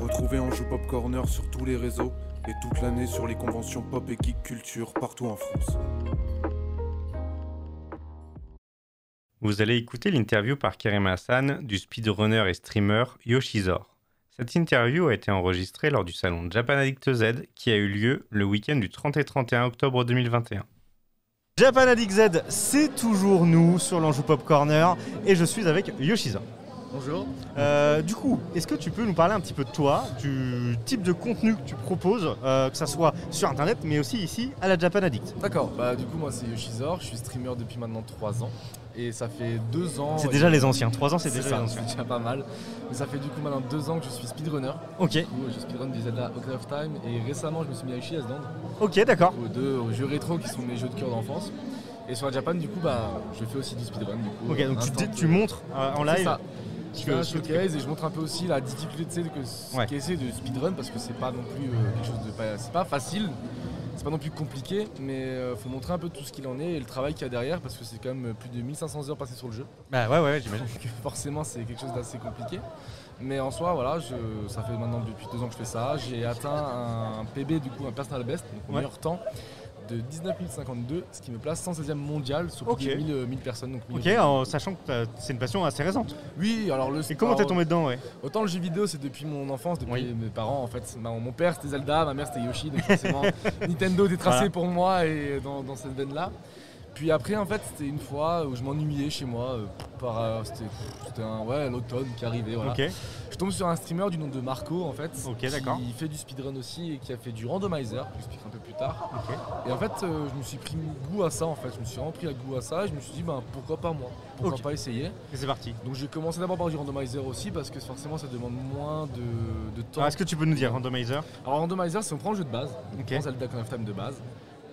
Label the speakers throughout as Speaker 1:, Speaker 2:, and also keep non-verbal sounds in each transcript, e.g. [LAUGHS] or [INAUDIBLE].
Speaker 1: Retrouvez Anjou Pop Corner sur tous les réseaux et toute l'année sur les conventions pop et geek culture partout en France.
Speaker 2: Vous allez écouter l'interview par Karim Hassan du speedrunner et streamer Yoshizor. Cette interview a été enregistrée lors du salon Japan Addict Z qui a eu lieu le week-end du 30 et 31 octobre 2021.
Speaker 3: Japan Addict Z, c'est toujours nous sur l'Anjou Pop Corner et je suis avec Yoshizor.
Speaker 4: Bonjour.
Speaker 3: Euh, du coup, est-ce que tu peux nous parler un petit peu de toi, du type de contenu que tu proposes, euh, que ça soit sur internet mais aussi ici à la Japan Addict
Speaker 4: D'accord, bah du coup moi c'est Yoshizor, je suis streamer depuis maintenant 3 ans et ça fait 2 ans.
Speaker 3: C'est déjà les anciens, 3 ans c'est déjà
Speaker 4: ça,
Speaker 3: les anciens.
Speaker 4: C'est déjà pas mal. Mais ça fait du coup maintenant 2 ans que je suis speedrunner.
Speaker 3: Ok,
Speaker 4: Du coup, je speedrun du Zelda Ocarina of Time et récemment je me suis mis à Yoshi's Land,
Speaker 3: ok, d'accord.
Speaker 4: aux deux aux jeux rétro qui sont mes jeux de cœur d'enfance. Et sur la Japan du coup bah je fais aussi du speedrun du coup.
Speaker 3: Ok, donc tu,
Speaker 4: instant,
Speaker 3: dé- tu montres euh, en
Speaker 4: C'est
Speaker 3: live.
Speaker 4: ça. Je fais un
Speaker 3: que- ce que tu
Speaker 4: showcase et je montre un peu aussi la difficulté tu sais, que ce
Speaker 3: Ouais.
Speaker 4: qu'est c'est de speedrun parce que c'est pas non plus euh, quelque chose de pas, c'est pas facile, c'est pas non plus compliqué, mais euh, faut montrer un peu tout ce qu'il en est et le travail qu'il y a derrière parce que c'est quand même euh, plus de 1500 heures passées sur le jeu. [LAUGHS]
Speaker 3: Bah ouais, ouais, j'imagine.
Speaker 4: Donc forcément c'est quelque chose d'assez compliqué. Mais en soi voilà, je- ça fait maintenant depuis deux ans que je fais ça. J'ai atteint un PB du coup un personal best, donc mon
Speaker 3: Ouais.
Speaker 4: meilleur temps de 19 052, ce qui me place 116e mondial sur plus
Speaker 3: Ok.
Speaker 4: de 1000, euh, 1000 personnes. Donc 1000
Speaker 3: Ok, en sachant que t'as- c'est une passion assez récente.
Speaker 4: Oui, alors le
Speaker 3: Et comment t'es
Speaker 4: sport-
Speaker 3: tombé dedans, ouais
Speaker 4: Autant le jeu vidéo, c'est depuis mon enfance, depuis
Speaker 3: Oui.
Speaker 4: mes parents en fait. Ma- mon père c'était Zelda, ma mère c'était Yoshi,
Speaker 3: [LAUGHS]
Speaker 4: donc forcément Nintendo était tracé
Speaker 3: Voilà.
Speaker 4: pour moi et dans, dans cette veine-là. Puis après, en fait, c'était une fois où je m'ennuyais chez moi. euh, par, euh, c'était c'était un- ouais, l'automne qui arrivait. Voilà.
Speaker 3: Ok,
Speaker 4: Je tombe sur un streamer du nom de Marco en fait.
Speaker 3: Ok,
Speaker 4: qui
Speaker 3: d'accord.
Speaker 4: fait du speedrun aussi et qui a fait du randomizer, je vous expliquerai un peu plus tard.
Speaker 3: ok.
Speaker 4: Et en fait, euh, je me suis pris goût à ça en fait. Je me suis vraiment pris à goût à ça et je me suis dit, ben, pourquoi pas moi Pourquoi
Speaker 3: Ok.
Speaker 4: pas essayer
Speaker 3: Et c'est parti.
Speaker 4: donc j'ai commencé d'abord par du randomizer aussi parce que forcément ça demande moins de, de temps.
Speaker 3: Alors, Ah, est-ce que tu peux nous dire, randomizer
Speaker 4: Alors randomizer c'est on prend le jeu de base,
Speaker 3: Ok,
Speaker 4: on prend Zelda Ocarina of Time de base,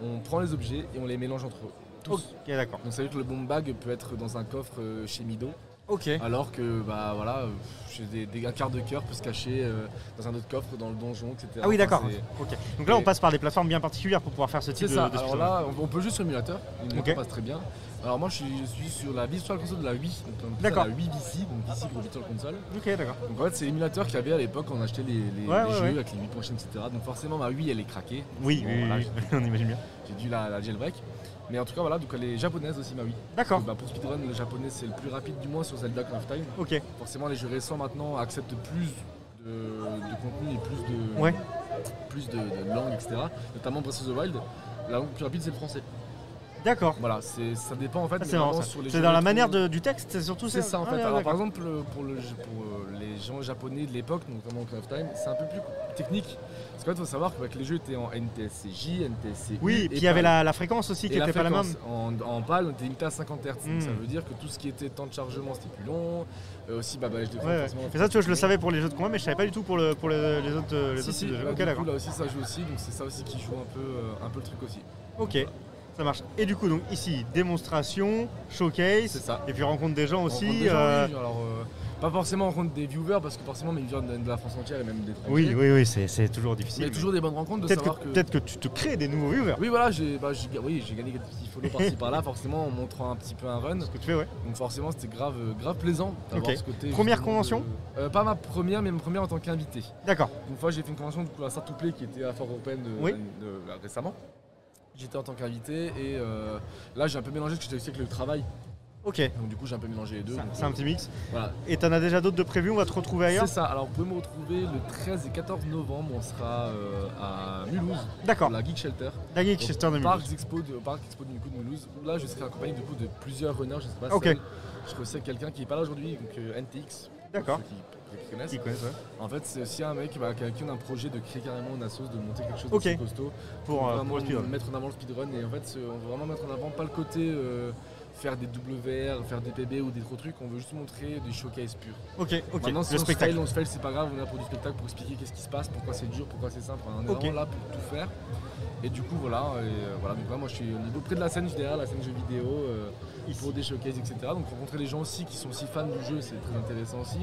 Speaker 4: on prend les objets et on les mélange entre eux. Tous.
Speaker 3: ok, d'accord.
Speaker 4: Donc ça veut dire que le bomb bag peut être dans un coffre euh, chez Mido,
Speaker 3: Ok.
Speaker 4: alors que bah voilà, euh, chez des, des- un quart de cœur peut se cacher euh, dans un autre coffre, dans le donjon, etc.
Speaker 3: Ah oui,
Speaker 4: Enfin,
Speaker 3: d'accord.
Speaker 4: c'est-
Speaker 3: Ok. Donc là, on passe par des plateformes bien particulières pour pouvoir faire ce
Speaker 4: C'est
Speaker 3: type de,
Speaker 4: ça,
Speaker 3: de
Speaker 4: alors
Speaker 3: speedrun.
Speaker 4: là on on peut juste sur l'émulateur, l'émulateur
Speaker 3: Ok.
Speaker 4: passe très bien. Alors moi je suis, je suis sur la Virtual Console de la Wii, donc on appelle ça
Speaker 3: D'accord.
Speaker 4: la Wii VC, donc VC pour Virtual Console.
Speaker 3: Ok, d'accord.
Speaker 4: Donc en fait, c'est l'émulateur qu'il y avait à l'époque quand on achetait les, les-
Speaker 3: Ouais,
Speaker 4: les
Speaker 3: ouais,
Speaker 4: jeux
Speaker 3: ouais.
Speaker 4: avec les 8 prochaines, etc. Donc forcément, ma Wii elle est craquée.
Speaker 3: Oui,
Speaker 4: Bon,
Speaker 3: oui,
Speaker 4: voilà,
Speaker 3: oui, on imagine bien.
Speaker 4: J'ai dû la, la jailbreak. Mais en tout cas, voilà, donc elle est japonaise aussi, ma Wii.
Speaker 3: D'accord.
Speaker 4: Donc, bah, pour speedrun, le japonais c'est le plus rapide du moins sur Zelda Ocarina of Time.
Speaker 3: Ok.
Speaker 4: Forcément, les jeux récents maintenant acceptent plus de, de contenu et plus de,
Speaker 3: Ouais.
Speaker 4: plus de, de langues, etc. Notamment Breath of the Wild. La langue plus rapide c'est le français.
Speaker 3: D'accord.
Speaker 4: Voilà, c'est- ça dépend en fait.
Speaker 3: Ah,
Speaker 4: mais
Speaker 3: C'est marrant,
Speaker 4: vraiment
Speaker 3: ça.
Speaker 4: sur les
Speaker 3: C'est
Speaker 4: jeux
Speaker 3: dans la
Speaker 4: rétro-
Speaker 3: manière de- du texte, c'est surtout
Speaker 4: C'est ça en
Speaker 3: Ah,
Speaker 4: fait.
Speaker 3: ouais,
Speaker 4: Alors par
Speaker 3: d'accord.
Speaker 4: exemple euh, pour, le, jeu- pour euh, les gens japonais de l'époque, notamment Ocarina of Time, c'est un peu plus technique. Parce qu'en fait, il faut savoir que bah, que les jeux étaient en NTSCJ, NTSC.
Speaker 3: Oui, et puis il y avait la, la fréquence aussi
Speaker 4: et
Speaker 3: qui n'était pas la même.
Speaker 4: fréquence. En, en PAL, on était limité à 50 Hz.
Speaker 3: Hmm.
Speaker 4: Donc ça veut dire que tout ce qui était temps de chargement, c'était plus long. Euh, aussi, bah, bah, je
Speaker 3: Ouais, ouais. Mais ça, tu vois, je le savais pour les jeux de combat, mais je savais pas du tout pour, le, pour les, les autres, euh, les
Speaker 4: Si,
Speaker 3: autres
Speaker 4: si,
Speaker 3: jeux.
Speaker 4: bah,
Speaker 3: ok,
Speaker 4: du coup,
Speaker 3: d'accord.
Speaker 4: là aussi, ça joue aussi. Donc c'est ça aussi qui joue un peu, euh, un peu le truc aussi.
Speaker 3: Ok, ça marche. Et du coup, donc ici, démonstration, showcase,
Speaker 4: C'est ça.
Speaker 3: et puis rencontre des gens
Speaker 4: On rencontre
Speaker 3: aussi.
Speaker 4: des gens,
Speaker 3: euh,
Speaker 4: oui, alors, euh, pas forcément on rencontre des viewers, parce que forcément, mes viewers viennent de la France entière et même des
Speaker 3: euh, Oui, oui, oui, c'est- c'est toujours
Speaker 4: Il
Speaker 3: difficile.
Speaker 4: y a
Speaker 3: mais
Speaker 4: toujours des bonnes rencontres de
Speaker 3: Peut-être
Speaker 4: savoir
Speaker 3: que, peut-être que tu te crées des nouveaux viewers.
Speaker 4: Oui, voilà, j'ai bah, j'ai- oui, j'ai gagné quelques petits follow par-ci
Speaker 3: [LAUGHS]
Speaker 4: par-là, forcément, en montrant un petit peu un run.
Speaker 3: Ce que tu fais, ouais.
Speaker 4: Donc, forcément, c'était grave, euh, grave plaisant d'avoir
Speaker 3: Ok.
Speaker 4: ce côté.
Speaker 3: Première
Speaker 4: justement,
Speaker 3: convention
Speaker 4: de- euh, Pas ma première, mais ma première en tant qu'invité.
Speaker 3: D'accord.
Speaker 4: Une fois, j'ai fait une convention du coup, à Start to Play qui était à Fort Open de-
Speaker 3: Oui.
Speaker 4: de- là, récemment. J'étais en tant qu'invité et euh, là, j'ai un peu mélangé parce que j'étais aussi avec le travail.
Speaker 3: Ok.
Speaker 4: Donc, du coup, j'ai un peu mélangé les deux.
Speaker 3: Ça-
Speaker 4: donc,
Speaker 3: C'est un petit mix.
Speaker 4: euh, voilà.
Speaker 3: Et t'en as déjà d'autres de prévus, on va te retrouver ailleurs.
Speaker 4: C'est ça. Alors, vous pouvez me retrouver le 13 et 14 novembre. On sera euh, à Mulhouse,
Speaker 3: D'accord.
Speaker 4: pour la Geek Shelter.
Speaker 3: La [LAUGHS] Geek Chester de
Speaker 4: Parc Expo de, au Parc Expo de Mulhouse, où là je serai accompagné du coup de plusieurs runners, je ne sais pas
Speaker 3: Ok.
Speaker 4: seul. Je serai aussi avec quelqu'un qui n'est pas là aujourd'hui, donc euh, NTX. pour
Speaker 3: D'accord.
Speaker 4: ceux qui- pour ceux qui connaissent.
Speaker 3: Qui connaissent, ouais.
Speaker 4: En fait, c'est aussi un mec bah, qui a qui a un projet de créer carrément une assoce, de monter quelque chose
Speaker 3: Ok.
Speaker 4: d'assez costaud.
Speaker 3: Pour, euh,
Speaker 4: vraiment
Speaker 3: pour le speedrun.
Speaker 4: mettre en avant le speedrun. Et en fait, ce- on veut vraiment mettre en avant pas le côté euh, faire des WR, faire des PB ou des trop trucs. On veut juste montrer des showcases purs.
Speaker 3: Ok, ok.
Speaker 4: Maintenant, si
Speaker 3: le
Speaker 4: on
Speaker 3: spectacle.
Speaker 4: se fail, on se fail, c'est pas grave, on est là pour du spectacle, pour expliquer qu'est-ce qui se passe, pourquoi c'est dur, pourquoi c'est simple. On est
Speaker 3: Ok.
Speaker 4: vraiment là pour tout faire. Et du coup, voilà, et, euh, voilà. Donc là, moi, je suis au niveau près de la scène, je suis derrière la scène jeux vidéo, euh, pour des showcases, etc. Donc rencontrer les gens aussi qui sont aussi fans du jeu, c'est très intéressant aussi.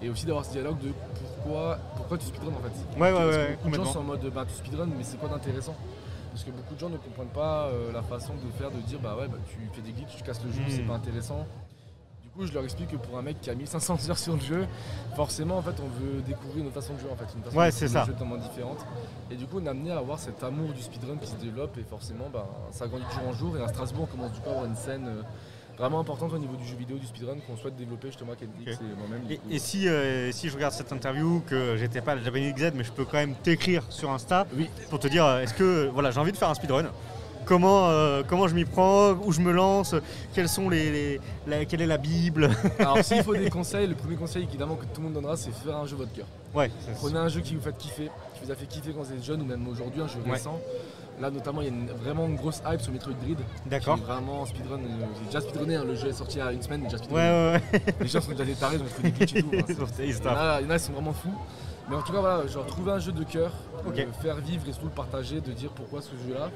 Speaker 4: Et aussi d'avoir ce dialogue de pourquoi, pourquoi tu speedrun en fait.
Speaker 3: Ouais, ouais,
Speaker 4: Parce
Speaker 3: ouais,
Speaker 4: que beaucoup de gens
Speaker 3: complètement.
Speaker 4: sont en mode bah, tu speedrun, mais c'est quoi d'intéressant Parce que beaucoup de gens ne comprennent pas euh, la façon de faire, de dire bah ouais, bah, tu fais des glitches, tu casses le jeu,
Speaker 3: Hmm.
Speaker 4: c'est pas intéressant. Du coup, coup, je leur explique que pour un mec qui a 1500 heures sur le jeu, forcément, en fait, on veut découvrir une autre façon de jouer, en fait, une façon
Speaker 3: Ouais,
Speaker 4: de
Speaker 3: c'est
Speaker 4: jouer le
Speaker 3: ça.
Speaker 4: jeu totalement différente. Et du coup, on est amené à avoir cet amour du speedrun qui se développe, et forcément, ben, ça grandit de jour en jour. Et à Strasbourg, on commence du coup à avoir une scène euh, vraiment importante au niveau du jeu vidéo, du speedrun, qu'on souhaite développer justement à Kendrix
Speaker 3: Ok.
Speaker 4: et moi-même. du
Speaker 3: Et,
Speaker 4: coup.
Speaker 3: et si, euh, si je regarde cette interview, que j'étais pas à la Japanese Z, mais je peux quand même t'écrire sur Insta
Speaker 4: Oui.
Speaker 3: pour te dire euh, est-ce que euh, voilà, j'ai envie de faire un speedrun Comment, euh, comment je m'y prends Où je me lance Quelles sont les, les- la- Quelle est la Bible [LAUGHS]
Speaker 4: Alors, s'il faut des conseils, le premier conseil évidemment que tout le monde donnera, c'est faire un jeu votre cœur.
Speaker 3: Ouais,
Speaker 4: Prenez un jeu qui vous fait kiffer, qui vous a fait kiffer quand vous êtes jeune ou même aujourd'hui, un jeu
Speaker 3: Ouais.
Speaker 4: récent. Là, notamment, il y a une- vraiment une grosse hype sur Metroid Grid. qui est
Speaker 3: d'accord.
Speaker 4: Vraiment en speedrun, euh, j'ai déjà speedrunné, hein, le jeu est sorti il y a une semaine, j'ai déjà
Speaker 3: Ouais,
Speaker 4: speedrunné.
Speaker 3: ouais,
Speaker 4: Les gens sont déjà des tarés, donc ils font des glitches
Speaker 3: [LAUGHS]
Speaker 4: et tout. hein,
Speaker 3: ouais.
Speaker 4: c'est-
Speaker 3: Ils
Speaker 4: il, y en
Speaker 3: tapent.
Speaker 4: a, il y en a, ils sont vraiment fous. Mais en tout cas, voilà, genre trouver un jeu de cœur, euh,
Speaker 3: Ok.
Speaker 4: faire vivre et surtout le partager, de dire pourquoi ce jeu-là.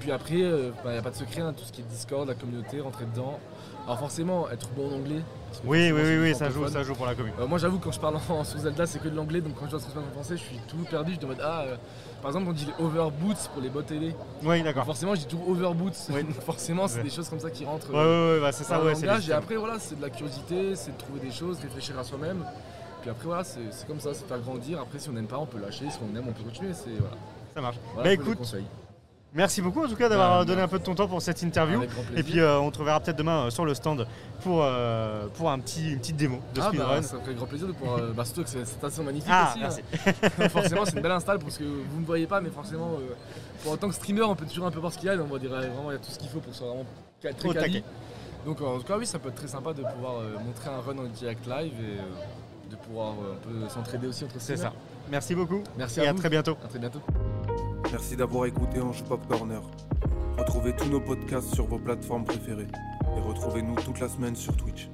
Speaker 4: Puis après, il n'y a pas de secret, hein, tout ce qui est Discord, la communauté, rentrer dedans. Alors forcément, être bon en anglais. parce que
Speaker 3: Oui, oui,
Speaker 4: forcément, c'est
Speaker 3: oui,
Speaker 4: du
Speaker 3: oui, ça joue,
Speaker 4: francophone.
Speaker 3: ça joue pour la commune.
Speaker 4: Euh, moi j'avoue quand je parle [LAUGHS] en sous Zelda c'est que de l'anglais donc quand je dois transmettre en français je suis tout perdu je demande ah euh, par exemple on dit les overboots pour les bottes télé
Speaker 3: Oui,
Speaker 4: Donc,
Speaker 3: d'accord.
Speaker 4: forcément je dis toujours overboots
Speaker 3: Ah. Oui.
Speaker 4: Donc, [LAUGHS] forcément c'est
Speaker 3: Ouais.
Speaker 4: des choses comme ça qui rentrent
Speaker 3: Ouais, ouais,
Speaker 4: euh,
Speaker 3: ouais, bah, c'est
Speaker 4: dans
Speaker 3: ça,
Speaker 4: le
Speaker 3: ouais, c'est
Speaker 4: langage et
Speaker 3: légitime.
Speaker 4: après voilà c'est de la curiosité c'est de trouver des choses réfléchir à soi-même puis après voilà c'est c'est comme ça c'est faire grandir après si on n'aime pas on peut lâcher si on aime on peut continuer c'est voilà,
Speaker 3: Ça marche.
Speaker 4: Voilà
Speaker 3: bah
Speaker 4: un peu le
Speaker 3: écoute,
Speaker 4: conseil.
Speaker 3: merci beaucoup en tout cas d'avoir
Speaker 4: Bah,
Speaker 3: donné un peu de ton temps pour cette interview.
Speaker 4: Avec grand plaisir.
Speaker 3: Et puis euh, on te reverra peut-être demain euh, sur le stand pour, euh, pour un petit, une petite démo euh, de
Speaker 4: ah
Speaker 3: speedrun.
Speaker 4: bah, ça me ferait grand plaisir de pouvoir. euh, bah, surtout que c'est- c'est assez magnifique
Speaker 3: Ah,
Speaker 4: aussi. hein.
Speaker 3: merci.
Speaker 4: forcément c'est une belle install parce que vous me voyez pas mais forcément euh, pour en tant que streamer on peut toujours un peu voir ce qu'il y a et on va dire euh, vraiment il y a tout ce qu'il faut pour que ce soit vraiment ca- très
Speaker 3: Au taquet.
Speaker 4: quali. Donc en tout cas oui ça peut être très sympa de pouvoir euh, montrer un run en direct live et euh, de pouvoir euh, un peu s'entraider aussi entre
Speaker 3: C'est ça.
Speaker 4: streamers.
Speaker 3: Merci beaucoup
Speaker 4: Merci
Speaker 3: et
Speaker 4: à,
Speaker 3: à
Speaker 4: vous.
Speaker 3: très bientôt.
Speaker 4: à très bientôt.
Speaker 1: Merci d'avoir écouté Ange Pop Corner. Retrouvez tous nos podcasts sur vos plateformes préférées et retrouvez-nous toute la semaine sur Twitch.